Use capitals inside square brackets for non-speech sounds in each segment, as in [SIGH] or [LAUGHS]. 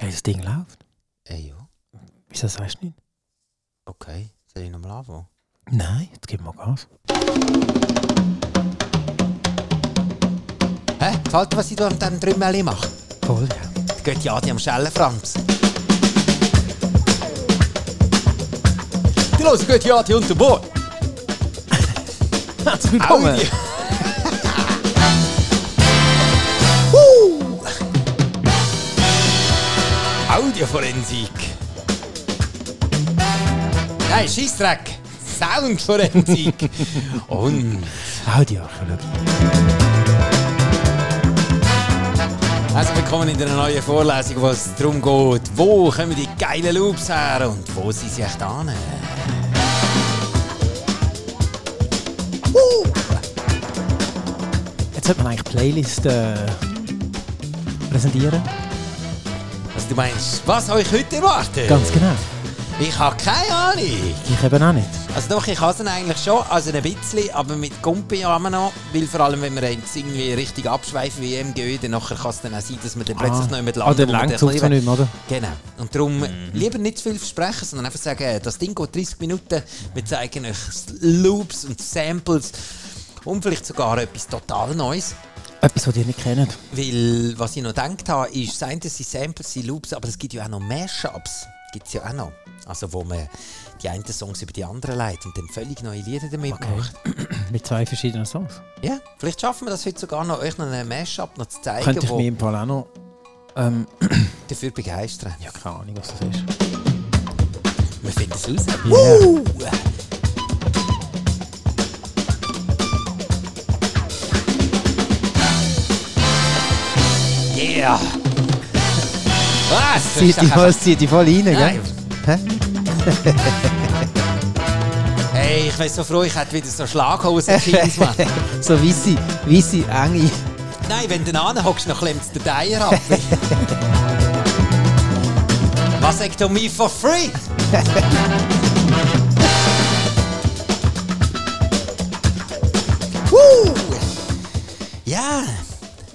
Ey, das Ding läuft. Ey, ja. Wieso sagst du nicht? Okay. Soll ich nochmal anfangen? Nein, jetzt gib mal Gas. Hä? Gefällt dir, was ich da mit diesem Trümmerli mache? Voll, ja. Das geht ja die am Schellenfranz. Die los, geht ja die unter Bord. Herzlich [LAUGHS] willkommen. Audi. Audioforensik. Nein, Scheissdreck. [LAUGHS] Soundforensik. Und Audioarchäologie. herzlich willkommen in einer neuen Vorlesung, wo es darum geht, wo kommen die geilen Loops her und wo sind sie echt an? Jetzt sollte man eigentlich Playlist äh, präsentieren. Also du meinst, was euch heute erwartet? Ganz genau. Ich habe keine Ahnung. Ich eben auch nicht. Also doch, ich hasse ihn eigentlich schon, also ein bisschen, aber mit Gumpi haben wir noch, weil vor allem, wenn wir jetzt irgendwie richtig abschweifen wie MGÖ, dann nachher kann es dann auch sein, dass wir dann plötzlich noch jemanden Ah, dann längt es nicht mehr, oder? Genau. Und darum Mhm. lieber nicht zu viel versprechen, sondern einfach sagen, äh, das Ding geht 30 Minuten, wir zeigen euch Loops und Samples und vielleicht sogar etwas total Neues. Etwas, was ihr nicht kennt. Weil, was ich noch gedacht habe, ist, das eine sind Samples, sind Loops, aber es gibt ja auch noch Mashups. Gibt es ja auch noch. Also, wo man die einen Songs über die anderen leitet und dann völlig neue Lieder damit macht. Mit zwei verschiedenen Songs. Ja, vielleicht schaffen wir das heute sogar noch, euch noch einen Mashup noch zu zeigen, Könnte ich mir der im Fall auch noch... Ähm, dafür begeistern. ja, keine Ahnung, was das ist. Wir finden es raus. Yeah. Uh! Yeah! Was? Zieht die, voll, zieht die voll rein, Nein. gell? Hä? Hey, ich bin so froh, ich hätte wieder so [LAUGHS] Schlaghosen-Jeans, Mann. So weisse, weisse, enge. Nein, wenn du dann hockst, dann klemmst du den Teier [LAUGHS] ab. Vasektomie for free! Woo! Ja,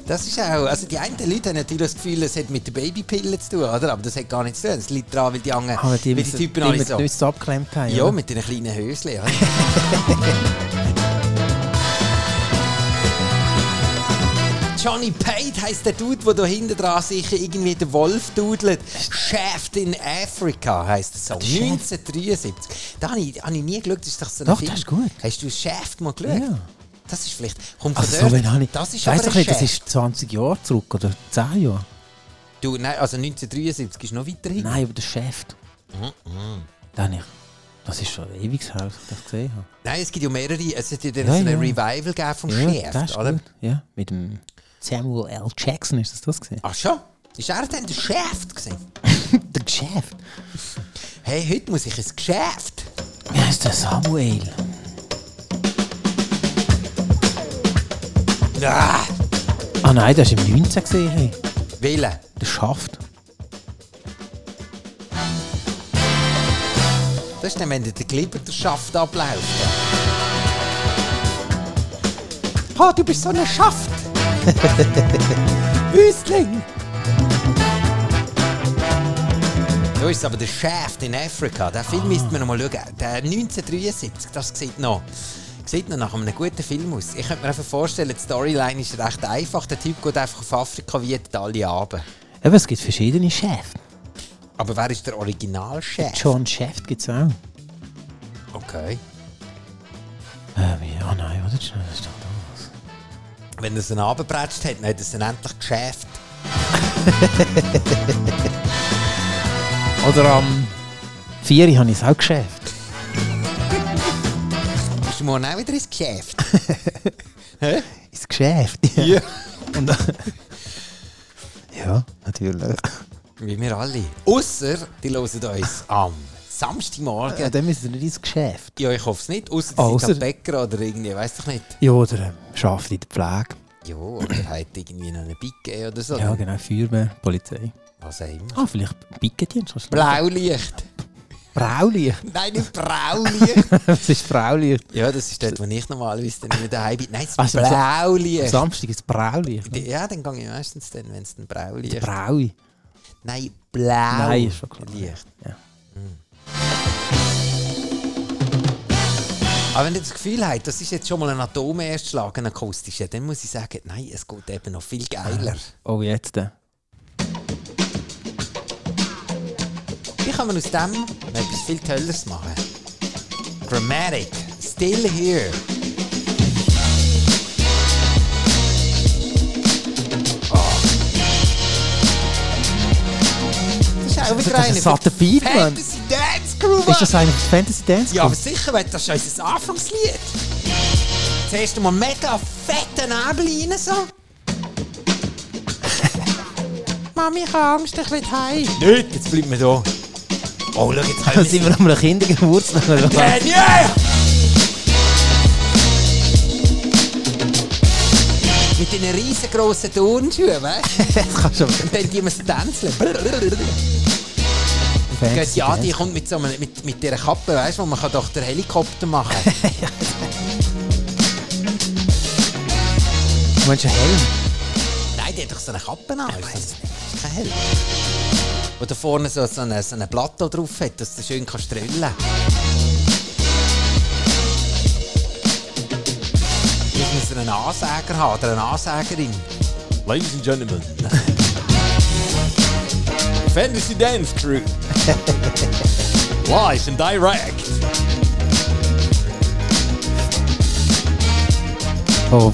das ist auch. Also, die einen Leute haben natürlich das Gefühl, es hat mit der Babypille zu tun, oder? Aber das hat gar nichts zu tun. Es liegt daran, weil die anderen, Aber die, weil die müssen- Typen alle müssen so. die müssen abgeklemmt haben. Ja, oder? mit den kleinen Höschen. Ja. [LAUGHS] Johnny Pate heisst der Dude, der da hinten dran sicher irgendwie den Wolf dudelt. Shaft in Africa heisst der Song. Ah, Shaft. 1973. Da habe ich, habe ich nie geschaut, das ist doch so ein Doch, Film. das ist gut. Hast du Shaft mal geschaut? Ja. Das ist vielleicht... Kommt von Also so dort. wenn habe ich, Das ist weiss aber doch ein nicht, das Shaft. ist 20 Jahre zurück oder 10 Jahre. Du, nein, also 1973 ist noch weiter hin. Nein, aber der Chef. Da habe ich, das ist schon ewig her, als ich das gesehen habe. Nein, es gibt ja mehrere. Es hat ja dann Ja, so ein ja. Revival gegeben vom Shaft, das ist oder? gut. Ja, mit dem Samuel L. Jackson ist das das [LAUGHS] gesehen. Ach schon? Ist er denn der Chef gewesen? Der Geschäft. Hey, heute muss ich ins Geschäft. Wie heißt der Samuel? Ah, Ah nein, das war im 19 gesehen. Hey. Wille. Der Schaft. Das ist dann, wenn dir der Glibber der Schaft abläuft. Ah, du bist so eine Schaft. [LAUGHS] Wüstling! So ist es aber der Shaft in Afrika. Den Ah. Film müsste man noch mal schauen. Der 1973, das sieht noch, sieht noch nach einem guten Film aus. Ich könnte mir einfach vorstellen, die Storyline ist recht einfach. Der Typ geht einfach auf Afrika wie alle Abend. Eben, es gibt verschiedene Chefs. Aber wer ist der Originalchef? John Chef gibt es auch. Okay. Ähm, ja, nein, oder? Das ist doch das. Wenn er es abgebretscht hat, dann hat er es dann endlich geschäft. Oder am 4 habe ich es auch geschäft. Bist du morgen auch wieder ins Geschäft? ins Geschäft. [LAUGHS] Ja. Und ja, natürlich. Wie wir alle. Außer die hören uns am Samstagmorgen. [LAUGHS] Ja, dann müssen wir nicht ins Geschäft. Ja, ich hoffe es nicht. Außer Ah, die sind ausser- am Bäcker oder irgendwie, weiß doch nicht. Ja, oder ähm, schafft in der Pflege. Ja, oder hat irgendwie noch einen Big oder so. Ja, genau, Feuerwehr, Polizei. Was auch immer. Ah, vielleicht Picketdienst. kannst du- Blaulicht. [LAUGHS] Fraulicht. Nein, nicht Braulicht. Was ist Fraulicht? ja, das ist dort, wo ich normalerweise dann immer daheim bin. Nein, das Also, ist am Sa- Am Blaulicht. Samstag ist Braulicht. Ja, dann gehe ich meistens dann, wenn es ein Braulicht Braui. Nein, blau. Nein, ist schon klar. Licht. Ja. Aber wenn ihr das Gefühl habt, das ist jetzt schon mal ein Atomerstschlag, ein akustischer, dann muss ich sagen, nein, es geht eben noch viel geiler. Oh, jetzt. Äh. Wie kann man aus dem noch etwas viel Tolles machen? Dramatic. Still here. Ah. Das ist auch Das ist wieder ein satter Beat, Mann. Fantasy Dance Groove. Ist das eigentlich Fantasy Dance? Ja, aber Club? sicher, weil das ist unser Anfangslied. Zuerst mal mega fetten Nebel rein, so. [LAUGHS] Mami, ich habe Angst, ich will heim. Nicht, jetzt bleiben wir da. Oh, schau, jetzt Da können sind wir noch mal [LAUGHS] Kindergeburtstag. gegangen. Daniel! Mit diesen riesengroßen Turnschuhen, weißt du? Jetzt kannst du aber Und dann die müssen [LAUGHS] tanzen. Fantasy Ja, Dance. die kommt mit so einer, mit, mit dieser Kappe, weißt du, wo man kann doch den Helikopter machen kann. Du meinst einen Helm? Nein, die hat doch so eine Kappe an. Ich weiß nicht. Kein Helm. Wo da vorne so, so ein so eine Plateau drauf hat, dass du schön kannst trüllen Jetzt müssen wir einen Ansäger haben oder eine Ansägerin. Ladies and Gentlemen. [LAUGHS] Fantasy Dance Crew. [LAUGHS] Live and direct. Oh, wo, wo,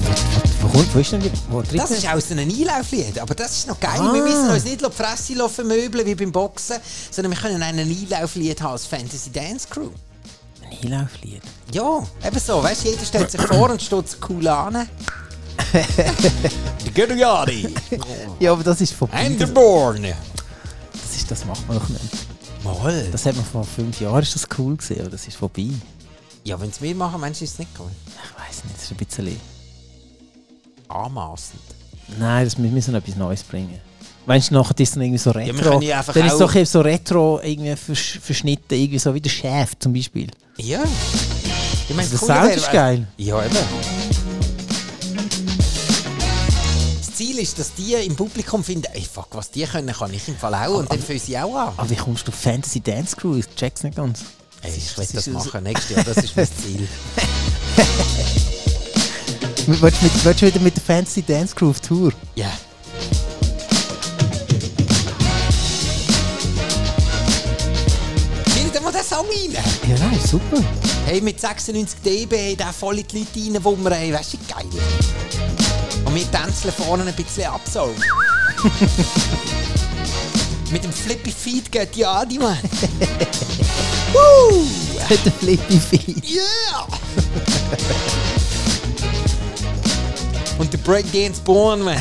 wo, kommt- wo ist denn die? Wo tritt Das ist auch so ein Einlauflied, aber das ist noch geil. Wir Ah. müssen uns nicht die Fresse lassen vermöbeln wie beim Boxen, sondern wir können einen Einlauflied haben als Fantasy Dance Crew. ein Einlauflied. Ja, eben so, weißt du, jeder stellt sich vor und steht sich cool an. The Gerdiardi. Ja, aber das ist vorbei. And the Born. Das, ist, das macht man doch nicht. Mal. Das hat man vor fünf Jahren ist das cool gesehen, aber das ist vorbei. Ja, wenn es wir machen, meinst du, ist es nicht cool? Ich weiß nicht, das ist ein bisschen. Anmaßend. Nein, das, wir müssen etwas Neues bringen. Meinst du, nachher ist es dann irgendwie so wir retro? können ja einfach dann ist es auch- doch eben so retro irgendwie versch verschnitten, irgendwie so wie der Chef zum Beispiel. Ja. Ich meine, Also der Sound ist geil. Ja, eben. Das Ziel ist, dass die im Publikum finden, ey, fuck, was die können, kann ich im Fall auch. Und dann fühlen sie auch an. Aber wie kommst du auf Fantasy Dance Crew? Ich check's nicht ganz. Ey, ich will das das ist- machen nächstes Jahr, das ist mein Ziel. [LAUGHS] Willst du, mit, willst du wieder mit der Fantasy Dance Crew auf Tour? Ja. Spielt mal den Song rein. Ja, nein, [LAUGHS] super. Hey, mit 96 dB haben da voll die Leute reinwummern, hey, weißt du, wie geil. Und wir tänzeln vorne ein bisschen ab, so. [LAUGHS] mit dem Flippy Feed geht die Adi, [LAUGHS] Mann. Woo! Der Flippy Feet. Yeah! [LAUGHS] Und der Breakdance born, Mann.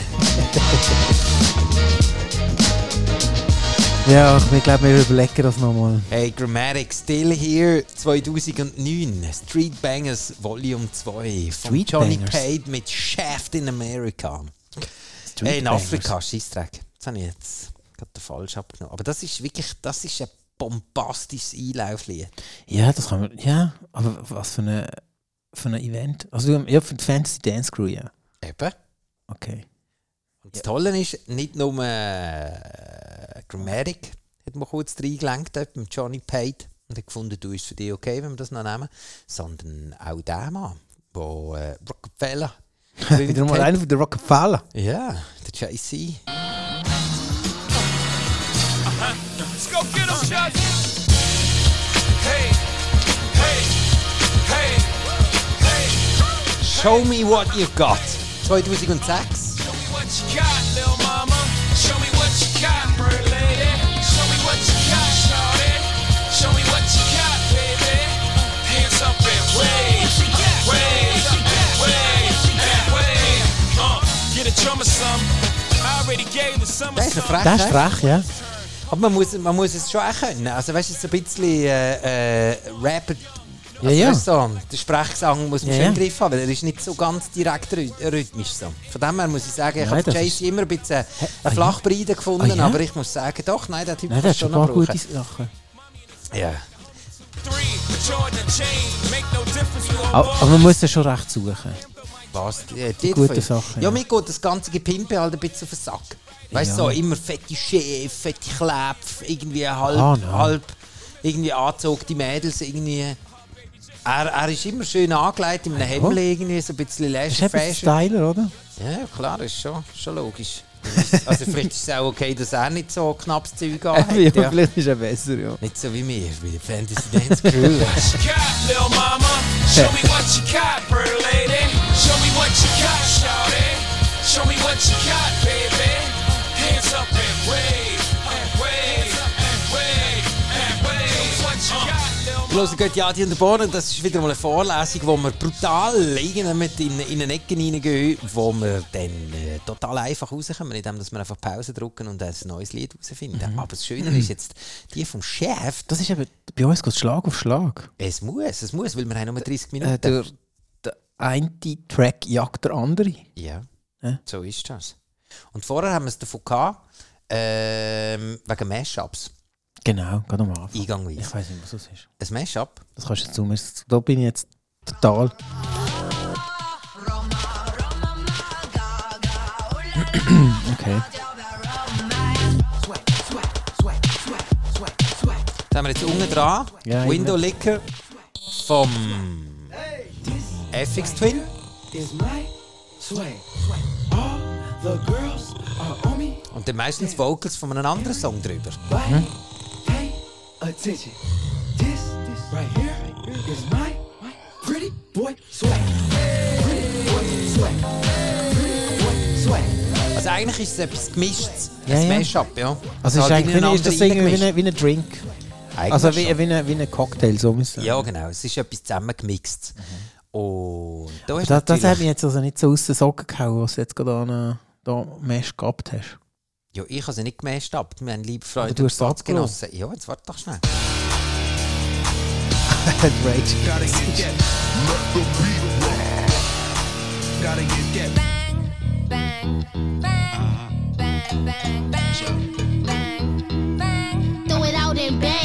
Ja, ich glaube, wir überlegen das nochmal. Hey, Grammatic, still here, 2009, Street Bangers Volume 2 von Street Johnny Bangers. Pate mit Shaft in America. hey, Äh, in Afrika, Scheissdreck. Das habe ich jetzt gerade den falsch abgenommen. Aber das ist wirklich, das ist ein bombastisches Einlauflied. Ja, das kann man. Ja, aber was für ein für eine Event? Also, ja, für die Fantasy Dance Crew, ja. Eben. Okay. Und das Tolle ist, nicht nur äh, Grammatic hat man kurz reingelenkt, dort mit Johnny Pate, und hat gefunden, du ist für dich okay, wenn wir das noch nehmen, sondern auch der Mann, wo äh, [LAUGHS] Rockefeller Wieder mal einer von der Rockefeller. Ja, der JC. Let's go get 'em, Shaq. Hey, hey, hey, hey. Show me what you've got. 2006. Show me what you got, little mama. Show me what you got, pretty lady. Show me what you got, shawty. Show me what you got, baby. Hands up and wave, wave, wave, and wave. Uh, get a drummer some. I already gave the summer Das ist some. eine Das ist Frechheit. frech, ja. Aber man muss, man muss es schon auch können. Also weißt du, so ein bisschen äh, äh, Rapper. Also, ja. weißt du, So, der Sprechgesang muss man Ja, schön im ja. Griff haben, weil er ist nicht so ganz direkt rhy- rhythmisch. So. Von dem her muss ich sagen, ich Nein, habe das Jay ist- immer ein bisschen ah, eine ja. Flachbreite gefunden, Ah, ja? aber ich muss sagen, doch, nein, der Typ Nein, kann das es ist schon schon ein paar noch gute brauchen. Sachen. Ja. Three, Jordan James, make no difference. You Aber, aber man muss das schon recht suchen. Was? Äh, die Gute Titel. Sache, Ja, ja. mir geht das ganze Gepimpe halt ein bisschen auf den Sack. Weißt du, Ja. so immer fette Chef, fette Kläpfe, irgendwie halb, Ah, nein. halb irgendwie angezogene Mädels, irgendwie. Er, er ist immer schön angelegt in einem Hemd, irgendwie so ein bisschen Ist Leisure eben ein Fashion. Styler, [LAUGHS] oder? Ja, klar, ist schon, schon logisch. Also vielleicht ist es auch okay, dass er nicht so knappes Zeug Ah, hat. Ja. vielleicht ist [LAUGHS] er besser, ja. Nicht so wie mir, bei der Fantasy Dance Crew. What you got, little mama? Show me what you got, bird lady. Show me what you got, shawty. Show me what you got, baby. Hands up and wave, and wave, and wave, and wave. Show me what you got, little Wir hören Götti Adi und der Bohnen. Das ist wieder mal eine Vorlesung, wo wir brutal irgendwie in, in eine Ecke hineingehen, wo wir dann äh, total einfach rauskommen, indem dass wir einfach Pause drücken und ein neues Lied herausfinden. Mhm. Aber das Schöne ist jetzt, die vom Chef, Das ist eben, bei uns geht Schlag auf Schlag. es muss, es muss, weil wir haben nur 30 Minuten. Äh, der, der eine Track jagt der andere. Ja, Ja. so ist das. Und vorher haben wir es davon gehabt, ähm, wegen Mashups, Genau, gerade am Anfang. eingangweise. Ich weiß nicht, was das ist. Ein Mashup? Das kannst du jetzt zumindest. Da bin ich jetzt total. [CLEARS THROAT] okay. Da haben wir jetzt unten dran, Ja, ich Window Licker vom FX Twin. is my sway. All the girls are on me, Und dann meistens Vocals von einem anderen Song drüber. but pay attention. This, this right here is my pretty boy sway. Pretty boy sway. Pretty boy sway. Also eigentlich ist es etwas gemischtes. Ja, ein ja. Smash-up, ja. Also ist halt eigentlich, ineinander ist das irgendwie reingemischt. wie ein, wie ein Drink. Eigentlich Also wie, schon. wie, ein, wie ein Cocktail, so müssen. Ja, genau. Es ist etwas zusammengemixt. Und Mhm. da ist Das, das hat natürlich... mich jetzt also nicht so aus den Socken gehauen, was du jetzt gerade an, äh, da Mesh gehabt hast. Ja, ich habe sie nicht gemasht ab. Wir haben liebe Freunde du hast es genossen. Ja, jetzt warte doch schnell. Rage. Gotta get that. Let the beat rock. Gotta get that. Bang, bang, bang, bang, bang, bang, bang. Throw it out and bang.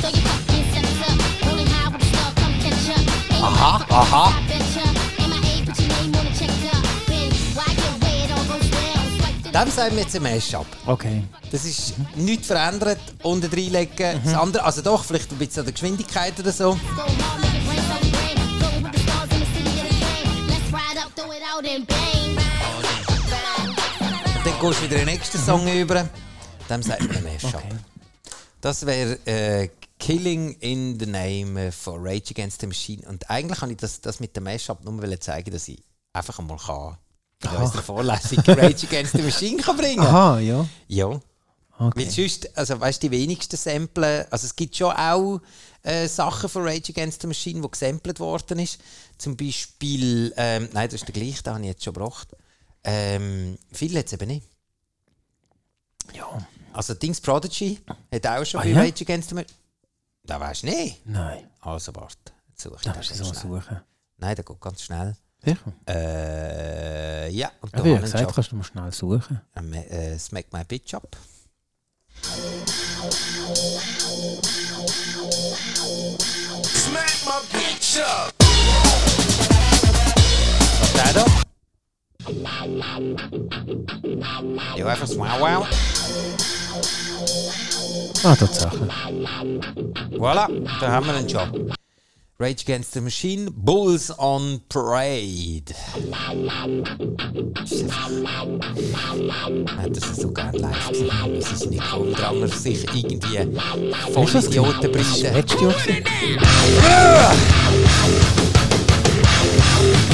Throw your fucking sets up. Rolling high with the stuff, come catch up. Aha, aha. I betcha. MIA, put your name on the checker. Been wide and wet, all goes down. Swipe to the Dem sagen wir jetzt ein Mash-up. Okay. Das ist nichts verändert. Unten reinlegen. Das andere... Also doch, vielleicht ein bisschen an der Geschwindigkeit oder so. go hard, make it rain, so it rain. Rolling with the stars in the city of the game. Let's ride up, throw it out and bang. Und dann gehst du wieder in den nächsten Song über. Dem sagt man ein Mashup. Das wäre äh, Killing in the Name von Rage Against the Machine. Und eigentlich kann ich das, das mit dem Mashup nur wollen zeigen, dass ich einfach einmal kann. In unserer Vorlesung Rage Against the Machine kann bringen Aha, ja. Ja. Weil Okay. sonst, also weißt du, die wenigsten Samplen, also es gibt schon auch äh, Sachen von Rage Against the Machine, die gesampelt worden ist. Zum Beispiel, ähm, nein, das ist der gleiche, den habe ich jetzt schon gebracht. Ähm, viele jetzt eben nicht. Ja. Also Dings Prodigy hat auch schon Ah, bei ja? Rage Against the Machine. Da weißt du nicht. Nein. Also warte, jetzt suche ich Da den musst Ah, du ganz so schnell. suchen. Nein, der geht ganz schnell. Sicher. Äh, ja, und da Aber wie haben wir gesagt, schon kannst du mal schnell suchen. ähm, äh, Smack My Bitch Up. Smack my bitch up. Was der da? Ja, einfach das Wow Wow. Ah, Tatsache. Voilà, da haben wir einen Job. Rage Against the Machine, Bulls on Parade. Nein, das ist so gerne live gesehen. Das ist nicht cool, dran er sich irgendwie voll genau Idioten bringen. Letztes Jahr. gewesen?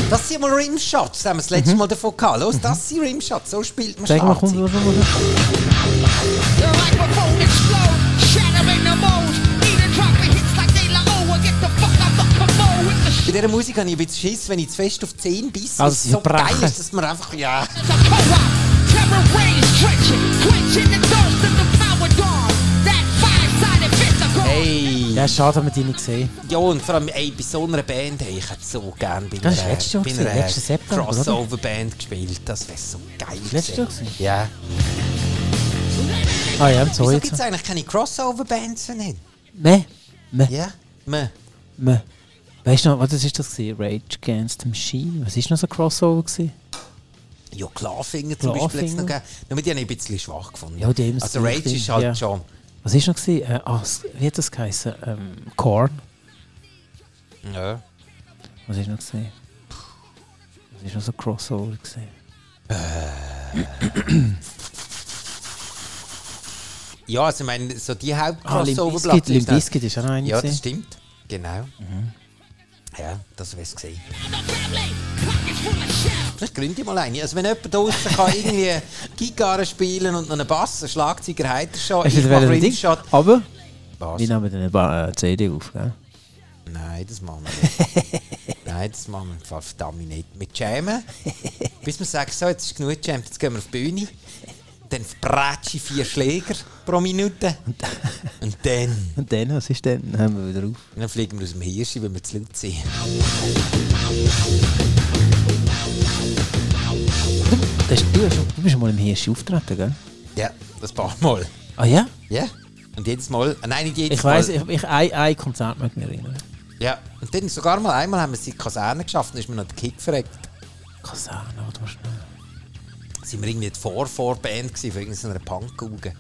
Das sind mal Rimshots, da haben wir das letzte Mal davon gehabt. Los, das sind Rimshots, so spielt man Mhm. Zeig mal, komm, Schlagzeug. was du The microphone explode, shatter in the mold. Need a drop of hits like De La Oa. Get the fuck out the commode with the Bei shit dieser Musik habe ich ein bisschen Schiss, wenn ich zu fest auf 10 bisse. weil Also, es sie so geil brechen. ist, dass man einfach, ja... as a co-op. Terror rays drenching, quenching the thirst of the power dawn. That five-sided pentagon. Hey! Ja, schade, dass wir die nicht gesehen Ja, und vor allem ey, bei so einer Band, hey, ich hätte so gerne bei Das ist einer, letztes Jahr bei gewesen, einer letztes September, oder? Crossover-Band gespielt. Das wäre so geil. letztes Jahr gewesen. gewesen? Ja. haben. Ah ja, so Wieso gibt es jetzt. eigentlich keine Crossover-Bands mehr? nicht? Meh. Meh. Ja? Meh. Meh. Weißt du noch, was das ist das gewesen? Rage Against the Machine? Was ist noch so ein Crossover gewesen? Ja, Klarfinger zum Klarfinger. Beispiel jetzt noch gegeben. Nur die habe ich ein bisschen schwach gefunden. Ja, die haben es also Rage ziemlich ist halt ja. schon... Was ist noch gewesen? Äh, ah, s- wie hat das geheißen? Ähm, Korn. Ja. Was ist noch gesehen? Was ist noch so ein Crossover gesehen? ja, also ich meine, so die Ah, Limp Hauptcrossover-Platte... Bizkit. Limp ist dann- Bizkit ist auch noch eine Ja, das gewesen. stimmt. Genau. Ja, das wäre es gewesen. Vielleicht gründe ich mal eine. Also wenn jemand draußen kann irgendwie Gigarre spielen und noch einen Bass, einen Schlagzeuger hat er schon. Hast du Ich das mache wollen einen Ding? Shot. Aber Was? wir nehmen dann eine Ba- äh, CD auf, gell? Nein, das machen wir nicht. Nein, das machen wir im Fall verdammt nicht. Wir jammen, bis wir sagen, so, jetzt ist genug gejammt, jetzt gehen wir auf die Bühne. Dann bratsche ich vier Schläger pro Minute. Und dann, Und dann, was ist denn? Dann haben wir wieder auf. dann fliegen wir aus dem Hirsch, wenn wir zu laut sind. Das ist, du, hast, schon- du bist schon mal im Hirsch auftreten, gell? Ja, das paar Mal. Ah ja? Ja. Und jedes Mal, ah, nein, nicht jedes Ich Mal. weiss, ich, ich, ein, ein Konzert mag ich mich erinnern. Ja, und dann sogar mal einmal haben wir es in die Kaserne geschafft, dann ist mir noch der Kick verreckt. Kaserne, warte mal schnell. Sind wir irgendwie die Vor-Vor-Band gewesen, von irgendeiner Punk-Auge.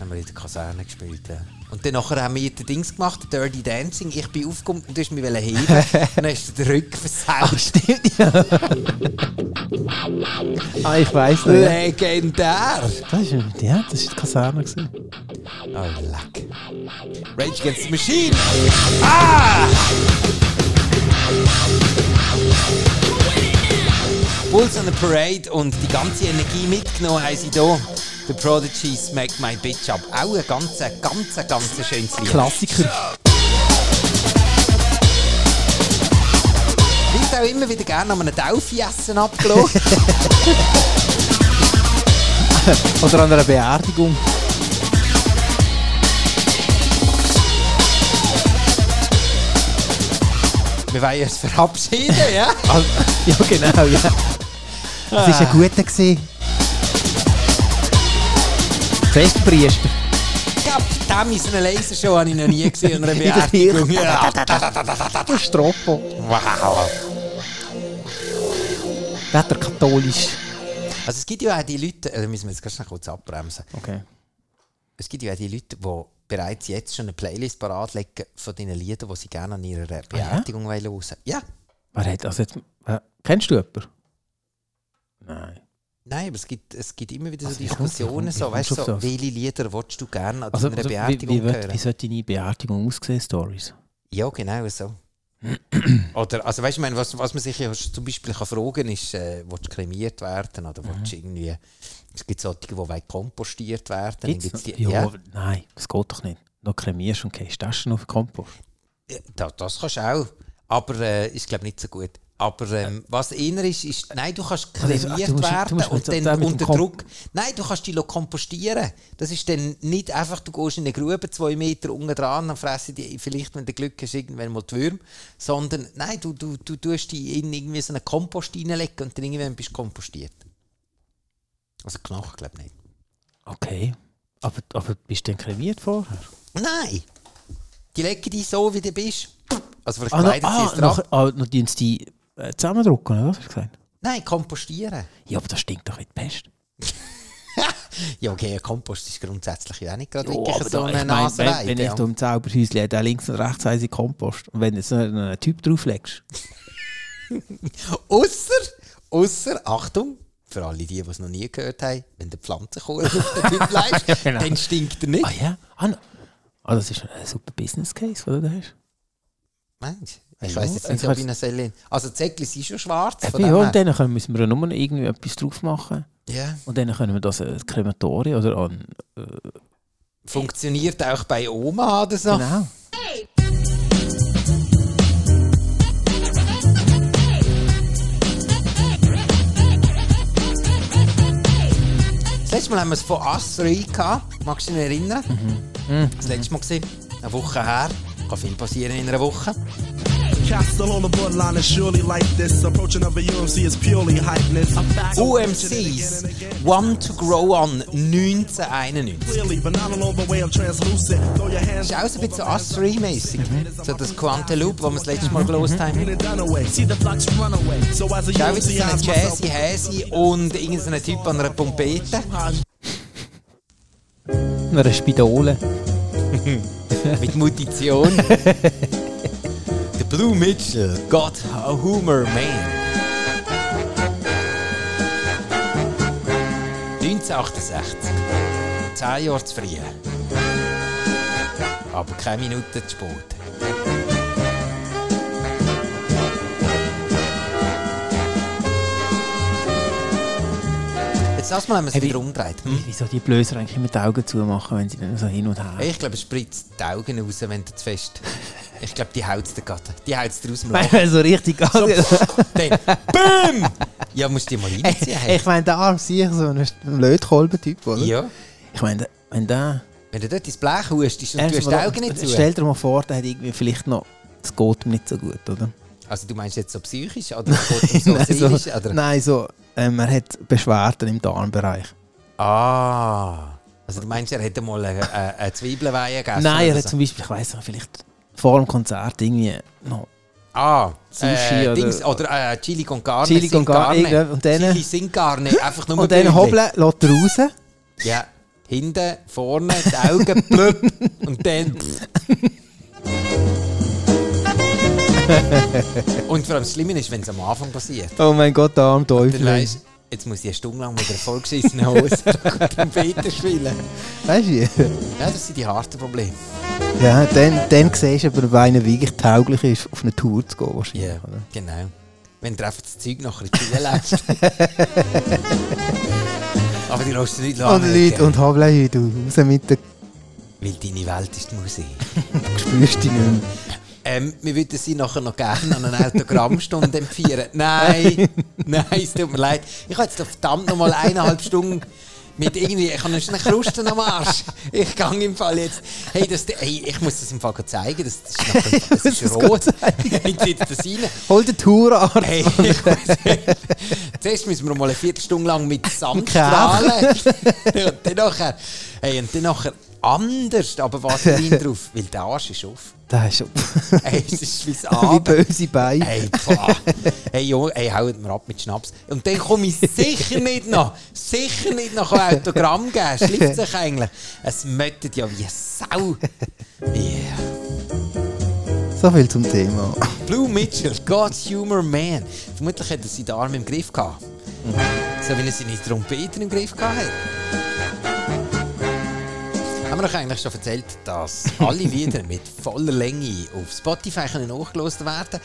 Haben wir in der Kaserne gespielt, ja. Und dann nachher haben wir den Dings gemacht, Dirty Dancing. Ich bin aufgekommen und du hast mich [LAUGHS] heben. und dann hast du den Rücken versaut. Stimmt ja. ah, ich weiss noch. Ja. Legendär! Das ist, ja, das war die Kaserne. Gewesen. Oh, leck. Rage Against the Machine! Ah! Bulls on the Parade und die ganze Energie mitgenommen haben sie hier. The Prodigy Smack My Bitch Up. Auch ein ganz, ganz, ganz schönes Lied. Klassiker. Wird auch immer wieder gerne an einem Taufe-Essen abgelassen. Oder an einer Beerdigung. Wir wollen uns verabschieden, ja? Ah, ja, genau, ja. Es war ein guter. Gewesen. Festpriester. Dem ist eine Lasershow habe ich noch nie gesehen. Und eine Beerdigung. Ja. Der Stroppo. Wow. Der hat er katholisch. Also es gibt ja auch die Leute, äh, da müssen wir jetzt ganz schnell kurz abbremsen. Okay. Es gibt ja auch die Leute, die bereits jetzt schon eine Playlist parat legen von den Liedern, die sie gerne an Ah, ihrer Beerdigung hören wollen. Ja, Wer hat also jetzt, äh, kennst du jemanden? Nein. nein, aber es gibt, es gibt immer wieder so ich komm- ich Diskussionen, komm- ich so, komm weißt du, schon so, drauf. welche Lieder willst du gerne an Also, deiner also, wie, Beerdigung wie, wird, hören? wie sollte deine Beerdigung aussehen, Stories? Ja, genau so. oder, also weißt du, ich meine, was, was man sich ja zum Beispiel kann fragen ist, äh, willst du kremiert werden oder willst du Mhm. irgendwie, es gibt solche, die wollen kompostiert werden. dann Gibt's gibt's noch? die, ja, ja, aber Nein, das geht doch nicht. Du kremierst und gehst Taschen auf den Kompost. Ja, Da, das kannst du auch. Aber äh, ist, glaube nicht so gut. Aber ähm, was eher ist, ist, nein, du kannst Also, kremiert ach, du musst- du werden musst mit und so- dann da mit dem unter Kom- Druck. Nein, du kannst dich lo kompostieren. Das ist dann nicht einfach, du gehst in eine Grube zwei Meter unten dran, dann fressen die vielleicht, wenn du Glück hast, irgendwann mal die Würmer. Sondern, nein, du, du, du tust die in irgendwie so einen Kompost reinlegen und dann irgendwann bist du kompostiert. Also Knochen, glaube ich nicht. Okay. Aber, aber bist du denn kremiert vorher? Nein! Die legen dich so, wie du bist. Also vielleicht Ah, noch, kleidet sie ah, es dran. noch, ah, noch tun sie die äh, zusammendrucken, oder was hast du gesagt? Nein, kompostieren. Ja, aber das stinkt doch nicht Pest. Ja, okay, ein Kompost ist grundsätzlich ja auch nicht gerade Ja, wirklich aber so da- eine ich mein, Nasenweide. Wenn, wenn ich ja. da im Zauberhäuschen da links und rechts heiße Kompost und wenn du so einen, einen Typ drauflegst. Ausser, ausser, Achtung, für alle die, die es noch nie gehört haben, wenn der Pflanzenkohl auf den [LAUGHS] Typ bleibst, Ja, genau. dann stinkt er nicht. Ah ja? Ah, no. ah das ist ein super Business Case, oder du hast. Mensch, Ja, ich weiss jetzt jetzt nicht, ob kannst- ich ihn soll. Also die Säckchen sind schon schwarz. Von Ja, dem und her. dann können, müssen wir ja nur noch irgendwie etwas drauf machen. ja. Und dann können wir das als Krematorium oder an. Funktioniert auch bei Oma oder so. Genau. Das letzte Mal haben wir es von Asri gehabt. Magst du dich erinnern? Mhm. Das letzte Mal war eine Woche her. Kann viel passieren in einer Woche. Cap still on the bloodline is surely like this. Approaching of a UMC is purely hypeness. UMCs, One to Grow On 1991. Clearly, but not along the way I'm translucent. Throw your hands Ist auch so ein bisschen us 3 mäßig So das Quanteloop, das wir das letzte Mal gelost haben. in and done away. See the blocks run away. So as a Schau, wie UMC, so I ein myself Jazzy Häsi und irgendein Typ an einer Pompete Eine Spidole. mit Mutation. Der Blue Mitchell, God a Humor Man. 1968. Zehn Jahre zu früh. Aber keine Minute zu spät. Jetzt lass mal, haben wir es Hey, wie- wieder umdreht. Hm? Wieso die Blöser eigentlich immer die Augen zumachen, wenn sie dann so hin und her. Hey, Ich glaube, es spritzt die Augen raus, wenn du zu [LAUGHS] fest. Ich glaube, die haut es dir gerade. Die haut es dir aus dem Loch. Weil so richtig [LAUGHS] Dann, BÄM! Ja, musst du die mal reinziehen. Hey, Ich meine, der Arm sicher so ein Lötkolben-Typ, oder? Ja. Ich meine, wenn der. Wenn du dort ins Blech hustest und du hast die Ernsthaft, Augen nicht zu. Stell dir mal vor, der hat irgendwie vielleicht noch. Das geht ihm nicht so gut, oder? Also du meinst jetzt so psychisch [LAUGHS] oder um so nein, seelisch? so, Oder? nein, so. Ähm, er hat Beschwerden im Darmbereich. Ah. Also du meinst, er hätte mal eine, eine, eine Zwiebelweihe gegessen? nein, er oder hat so. zum Beispiel, ich weiß nicht, vielleicht vor dem Konzert irgendwie noch. Ah, Sushi äh, oder- oder, Dings, oder äh, Chili con Carne. Chili con sin Carne, irgendwas. Und dann- Chili sin Carne, einfach nur Und dann Bildchen. hobeln, lässt er raus. [LAUGHS] Ja, hinten, vorne, die Augen, [LAUGHS] blub, und dann. und vor allem das Schlimme ist, wenn es am Anfang passiert. Oh mein Gott, der arme Dann Teufel. weißt du, jetzt muss ich eine Stunde lang mit einer vollgeschissenen Hose [LAUGHS] beim Peter spielen. Weißt du? Ja, das sind die harten Probleme. Ja, dann, dann siehst du aber, wer ihnen wirklich tauglich ist, auf eine Tour zu gehen wahrscheinlich. Ja, oder? genau. Wenn du einfach das Zeug nachher in die Tür lässt. [LAUGHS] Aber die lässt du nicht lange. Und Leute, und hab Leute, du raus mit der Weil deine Welt ist die [LAUGHS] Musik. spürst dich nicht mehr. Ähm, wir würden sie nachher noch gerne an einer Autogrammstunde [LAUGHS] empfehlen. Nein, nein, es tut mir leid. Ich habe jetzt doch verdammt noch mal eineinhalb Stunden mit irgendwie, ich habe noch eine Kruste am Arsch. Ich gehe im Fall jetzt. Hey, das, hey ich muss das im Fall gerade zeigen. Das, das ist, nachher, [LAUGHS] das ist musst es rot. [LAUGHS] gerade Jetzt wird das rein. Hol den Tourarzt. Hey, ich muss- [LAUGHS] zuerst müssen wir mal eine Viertelstunde lang mit Sand strahlen. [LAUGHS] und dann nachher, hey, und dann nachher anders, aber Vaseline drauf, weil der Arsch ist auf. Da ist schon. Hey, es ist [LAUGHS] wie das [LAUGHS] Wie Abend. böse Beine. Hey, pah. hey, Junge, hey, haut mir ab mit Schnaps. Und dann komme ich sicher nicht noch, sicher nicht noch ein Autogramm geben. Schließt sich eigentlich. Es möttet ja wie eine Sau. Yeah. So viel zum Thema. Blue Mitchell, God's Humor Man. Vermutlich hat er seine Arme im Griff gehabt. So wie er seine Trompeten im Griff gehabt hat. Haben wir euch eigentlich schon erzählt, dass alle Lieder mit voller Länge auf Spotify können nachgelost werden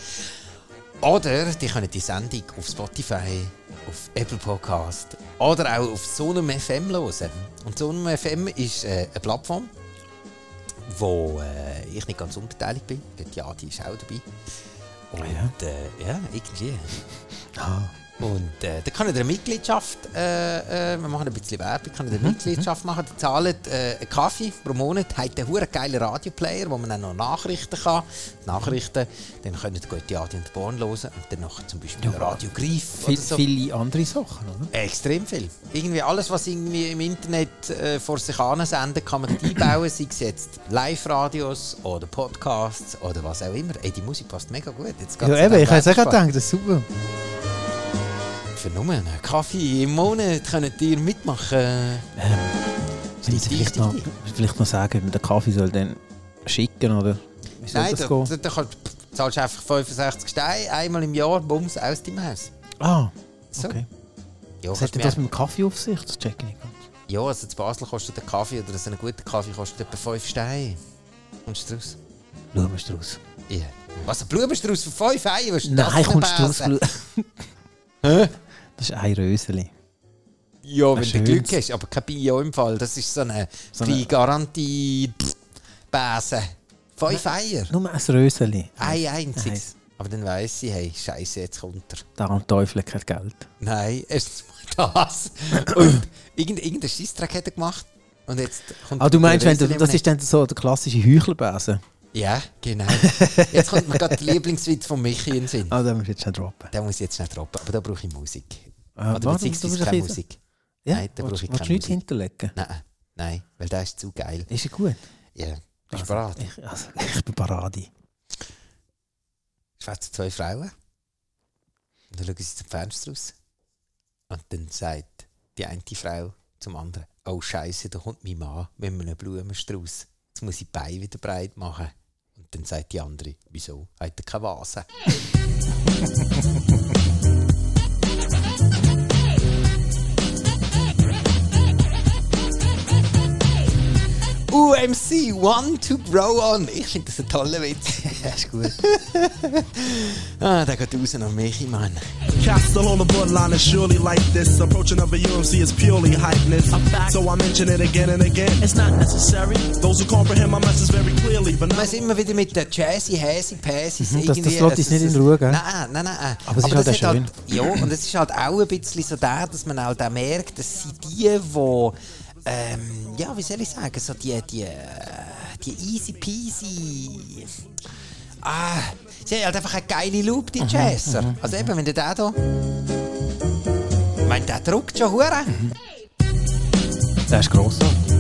Oder die können die Sendung auf Spotify, auf Apple Podcast oder auch auf Sonum FM hören. Und Sonum FM ist äh, eine Plattform, wo äh, ich nicht ganz unbeteiligt bin. Dort, ja, die ist auch dabei. Ah, Und ja, äh, ja irgendwie. Und äh, da kann ihr eine Mitgliedschaft, äh, äh, wir machen ein bisschen Werbung, kann ihr Mhm, eine Mitgliedschaft machen. Ihr zahlt äh, einen Kaffee pro Monat, habt einen huere geilen Radioplayer, wo man dann noch Nachrichten kann. Die Nachrichten, dann könnt ihr gute Adi und Born hören und dann noch zum Beispiel Radio Greif oder so. Viele andere Sachen, oder? Extrem viel. Irgendwie alles, was irgendwie im Internet äh, vor sich ansenden kann man einbauen, sei es jetzt Live-Radios oder Podcasts oder was auch immer. Ey, die Musik passt mega gut. Jetzt geht's Ja, eben, in ich habe es auch Werbespot. gerade gedacht, das ist super. Für nur einen Kaffee im Monat könnt ihr mitmachen. Wenn Sie Stimmt, vielleicht stimmt, noch, stimmt. vielleicht noch sagen, ob man den Kaffee soll dann schicken oder wie soll Nein, das da, gehen? da, da kannst, pff, zahlst du einfach 65 Steine einmal im Jahr, bums, aus deinem Haus. Ah, So. Oh, okay. Ja, Was kannst hat denn mir- das mit dem Kaffee auf sich? Das check ich nicht ganz. ja, also zu Basel kostet ein Kaffee oder so ein guter Kaffee kostet etwa 5 Steine. Kommst du raus? Schauen wir raus. Ja. Was, ein Blumenstrauß für 5 Eier? Was ist das Nein, für kommst du raus. Bäse? [LAUGHS] Hä? Das ist ein Röseli. Ja, wenn du schönes. Glück hast, aber kein Bio im Fall. Das ist so eine, so eine- Garantie. Bäse. 5 Eier. Nur ein Röseli. Ein einziges. Aber dann weiss ich, hey, Scheiße, jetzt kommt er. Darum Teufel kein Geld. Nein, [LAUGHS] erstens mal das. Und irgend, irgendeinen Scheissdreck hat er gemacht. Und jetzt kommt Ah, du der meinst, wenn du, Rösli das am ist dann so der klassische Heuchlerbesen. Ende. Ja, genau. Jetzt kommt mir gerade der Lieblingswitz von Michi in den Sinn. Ah, den musst du jetzt schon droppen. Den muss ich jetzt nicht droppen, aber da brauche ich Musik. Äh, warte, Oder beziehungsweise du musst keine ein bisschen- Musik. Ja, Nein, da brauche ich willst- willst du keine nichts Musik. hinterlegen? Nein, nein, weil der ist zu geil. Ist ja gut. Ja, bist du bereit? Ich, also, ich bin Paradi. schwätzen zwei Frauen. Und dann schauen sie zum Fenster raus. Und dann sagt die eine Frau zum anderen: Oh, Scheiße, da kommt mein Mann mit einem Blumenstrauß. Jetzt muss ich die Beine wieder breit machen. Und dann sagt die andere: Wieso? Hat er keine Vase? UMC, one to grow on. Ich finde das ein toller Witz. [LAUGHS] Das ist gut. Ah, der geht raus an Michi, Mann. Castle on the bloodline is surely like this. Approaching of a UMC is purely hypeness. So I mention it again and again. It's not necessary. Those who comprehend my message very clearly, but Man not ist immer wieder mit der Jazzy, Häsi, Päsis. Mhm, das- das irgendwie, lässt uns es- nicht in es- Ruhe, gell? Nein, nein, nein. Aber es ist halt das auch hat ja, und es ist halt auch ein bisschen so der, dass man halt auch merkt, dass sie die, die, ähm, ja, wie soll ich sagen, so die, die, äh, die easy peasy. Ah, sie haben halt einfach eine geile Loop, Mhm, die Jazzer. Also eben, wenn der da da. Ich meine, der druckt schon hure. Das ist grossartig.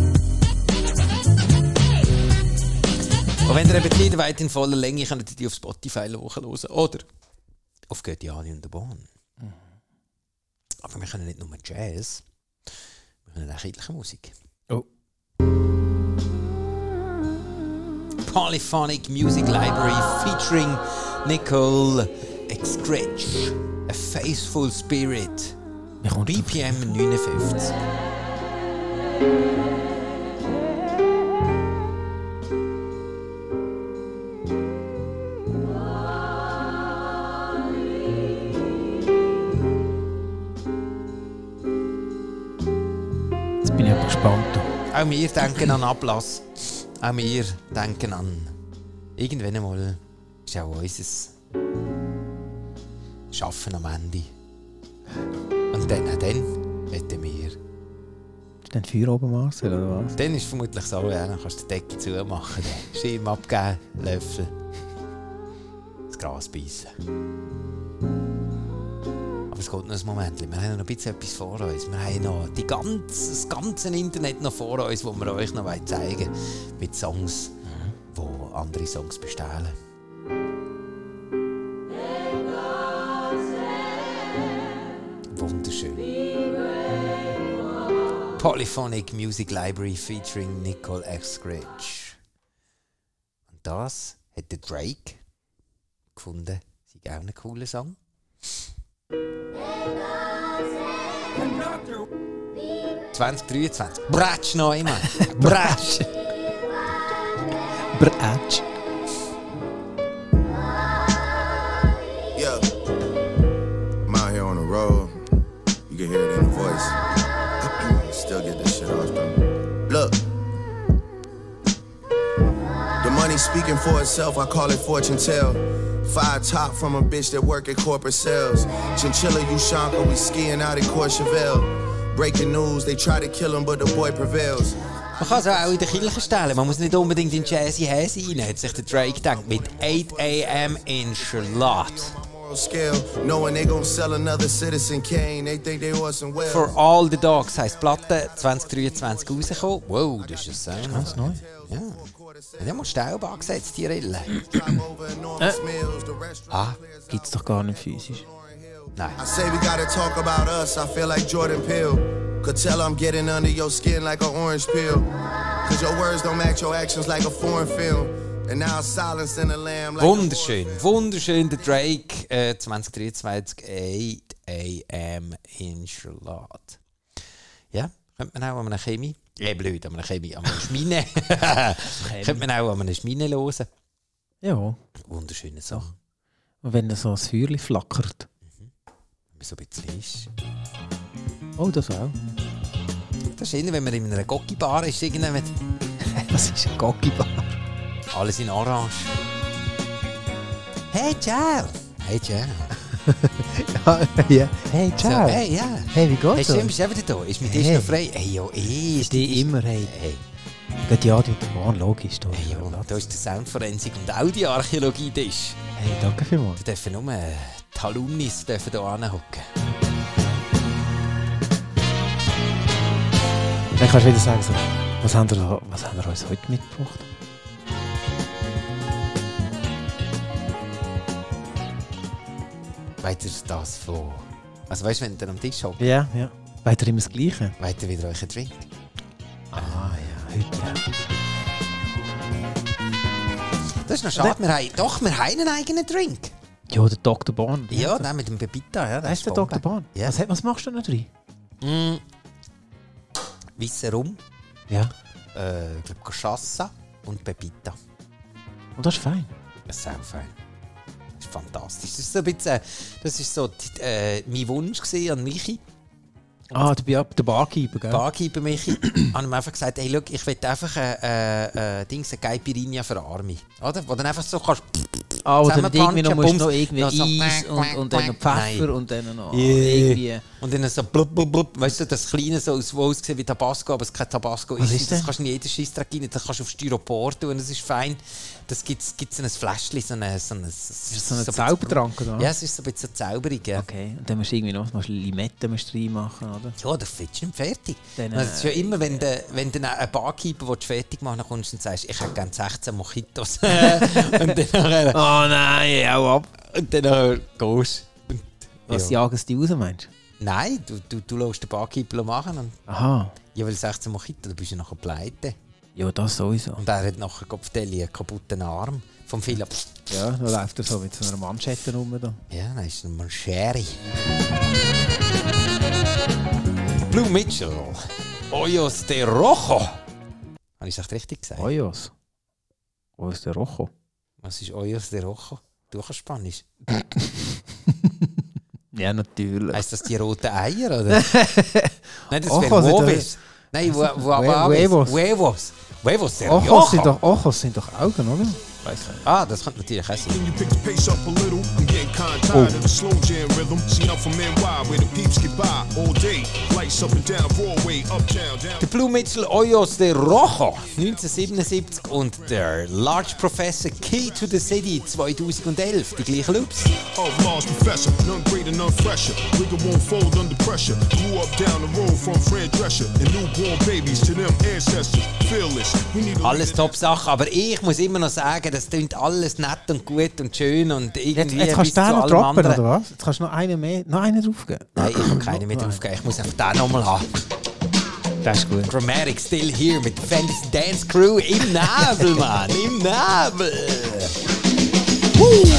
Und wenn ihr eben die Lieder weit in voller Länge könnt ihr die auf Spotify hören. Oder auf Götti Ani und der Bahn. Aber wir können nicht nur Jazz, wir können auch kirchliche Musik. Oh. Polyphonic Music Library featuring Nicole Excretch. A Faithful Spirit. Mir kommt BPM 59. Jetzt bin ich aber gespannt. Auch wir denken an Ablass. Auch wir denken an. Irgendwann einmal ist auch unser Schaffen am Ende. Und dann, auch dann hätten wir. Ist denn Feuer oben, Marcel, oder was? Dann ist vermutlich so, ja, dann kannst du den Deckel zumachen. [LAUGHS] den Schirm abgeben, Löffel. Das Gras beißen. Aber es geht noch ein Moment. Wir haben noch ein bisschen etwas vor uns. Wir haben noch die ganze, das ganze Internet noch vor uns, das wir euch noch zeigen wollen. Mit Songs, wo andere Songs bestellen. Wunderschön. Polyphonic Music Library featuring Nicole Excretch. Und das hat der Drake gefunden. Das ist auch ein cooler Song. «2023». Bratsch noch immer. [LAUGHS] Bratsch. Bratsch. Yeah. I'm out here on the road. You can hear it in the voice. Still get this shit off though. Look. The money speaking for itself, I call it fortune tell. Five top from a bitch that work at corporate sales. Chinchilla, Ushanka, we skiing out at Courchevel. Breaking news, they try to kill him, but the boy prevails. Man kann es auch in der Kirche stellen. Man muss nicht unbedingt in Jazzy Häse rein, hat sich der Drake gedacht. Mit 8 a.m. in Charlotte. Moral scale, knowing they gon' sell another citizen Kane. They think they Orson Welles. For All the Dogs heisst die Platte 2023 rausgekommen. Wow, das ist ein Sound. Ganz neu. Ja. Ja, Der muss Staub angesetzt, die Rille. Drive over enormous meals, the restaurant players Gibt's doch gar nicht physisch. I say we gotta talk about us. I feel like Jordan Peele. Could tell I'm getting under your skin like an orange peel. Cause your words don't match your actions like a foreign film. And now silence in the lamb like a Wunderschön, wunderschön, der Drake äh, 2023, 8 am in Charlotte. Ja, könnte man auch an einer Chemie, eh blöd, an einer Chemie, an [LAUGHS] einer Schmine, könnte man auch an einer Schmine hören. Ja. Und Wunderschöne Sache, wenn da so ein Feuerchen flackert. wenn man so ein bisschen ist. Oh, das auch. Das ist immer, wenn man in einer Gocki-Bar ist, irgendwann mit Das ist ein Gocki-Bar. alles in Orange. Hey, ciao! Hey, ciao! [LAUGHS] ja. Hey, ciao. So, hey, ja! Hey, wie Hey, geht's schön, euch? bist du auch wieder da? Ist mit dir Hey. noch frei? Hey, ja, eh, ist Die immer, hey. Hey. Gut, ja, die waren logisch. Da, Hey, jo, da ist der Soundforensik und Audioarchäologie-Tisch. hey, danke vielmals. Da dürfen nur die Alumnis dürfen hier anhocken. Dann kannst du wieder sagen, so, was, haben wir, was haben wir uns heute mitgebracht? Weiter das von. Also weißt du, wenn ihr am Tisch hockt, Ja, ja. Weiter immer das Gleiche. weiter wieder euch Drink. Ah ja, heute ja. Das ist noch schade. Wir haben, doch, wir haben einen eigenen Drink. Ja, der Dr. Bahn. Ja, der Mm. mit dem Bebita. Ja, Das ist der Dr. Bahn. Ja. Was, hat- was machst du denn da drin? Weißer Rum, Ja. um, äh, ich glaube Cachaça und Bebita. Und das ist fein. Das ist sehr fein. Das ist fantastisch. Das ist so ein bisschen, das ist so die, äh, mein Wunsch gewesen an Michi. Ah, du bist ab der Barkeeper, gell? Barkeeper Michi, habe ihm einfach gesagt, hey, look, ich will einfach ein äh, äh, Dings, eine Caipirinha für Arme. Oder? Wo dann einfach so kannst... ah, oder dann irgendwie noch, Zusammenpanschen, musst du noch Bums. irgendwie Noch so Eis quack, und, und dann noch quack, Pfeffer nein. und dann noch Yeah. irgendwie... Und dann so blub, blub, blub. Weißt du, das Kleine, so aus, wo aussieht wie Tabasco, aber es kein Tabasco Was ist. ist Und das denn? kannst du in jeden Scheissdreck rein, das kannst du auf Styropor tun, das ist fein. Das gibt es in einem Fläschchen, so eine... So eine, Ist das so ein ein bisschen- Zaubertrank, oder? Ja, es ist so ein bisschen zauberig, ja. Okay, und dann musst du irgendwie noch was musst du Limetten musst du reinmachen, oder? Ja, der Fitch ist fertig. Dann, Also, es ist ja äh, immer, wenn du wenn du einen Barkeeper willst, fertig machen willst, kommst du und sagst, ich hätte gerne 16 [LAUGHS] Mojitos. [LAUGHS] und dann nachher, Oh nein, hau ab! und dann nachher gehst du. Was ja. jagen sie dich raus, meinst du? Nein, du, du, du lässt den Barkeeper machen. Und, Aha. ja, weil 16 Mojito, du bist ja nachher pleite. Ja, das sowieso. Und er hat nachher Kopfdeli einen kaputten Arm vom Philipp. Ja, dann läuft er so mit so einer Manschette rum da. Ja, dann ist er mal Sherry. Blue Mitchell. Hoyos de Rojo. Habe ich es echt richtig gesagt? Ojos. Wo ist der Rocho? Was ist Hoyos de Rojo? Du kannst Spanisch. Ja, natürlich. Heißt das die roten Eier, [LAUGHS] oder? Nein, das Ojos wäre sind Huevis. Nein, Hue- Huevavis. Huevos. Huevos. Huevos de Ojos Rojo. sind doch, Ojos sind doch Augen, oder? Ah, das könnte natürlich auch sein. Can you pick the pace up a little? I'm getting kind of tired of the slow jam rhythm. See, I'm from NY where the peeps get by all day. Lights up and down Broadway, uptown, down. Der Blue Mitchell Hoyos de Rojo 1977 und der Large Professor Key to the City 2011. Die gleichen Loops. Of Law's professor, none greater, none fresher. Rigor won't fold under pressure. Grew up down the road from Fran Drescher and newborn babies to them ancestors. Fearless, we need a Alles top Sache, aber ich muss immer noch sagen, das klingt alles nett und gut und schön und Jetzt, irgendwie jetzt kannst du bis den zu noch allem droppen, anderen. oder was? Jetzt kannst du noch einen mehr, noch einen draufgeben. Nein, ich habe keine mehr draufgegeben. Ich muss einfach den nochmal haben. Das ist gut. Chromatic still here mit der Fans Dance Crew im Nabel, Mann, im Nabel. Woo!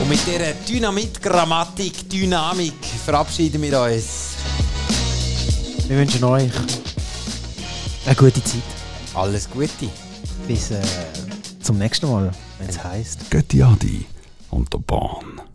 Und mit dieser Dynamit, Grammatik, Dynamik verabschieden wir uns. Wir wünschen euch eine gute Zeit. Alles Gute. Bis äh, zum nächsten Mal, wenn es heisst. Götti Adi und der Bahn.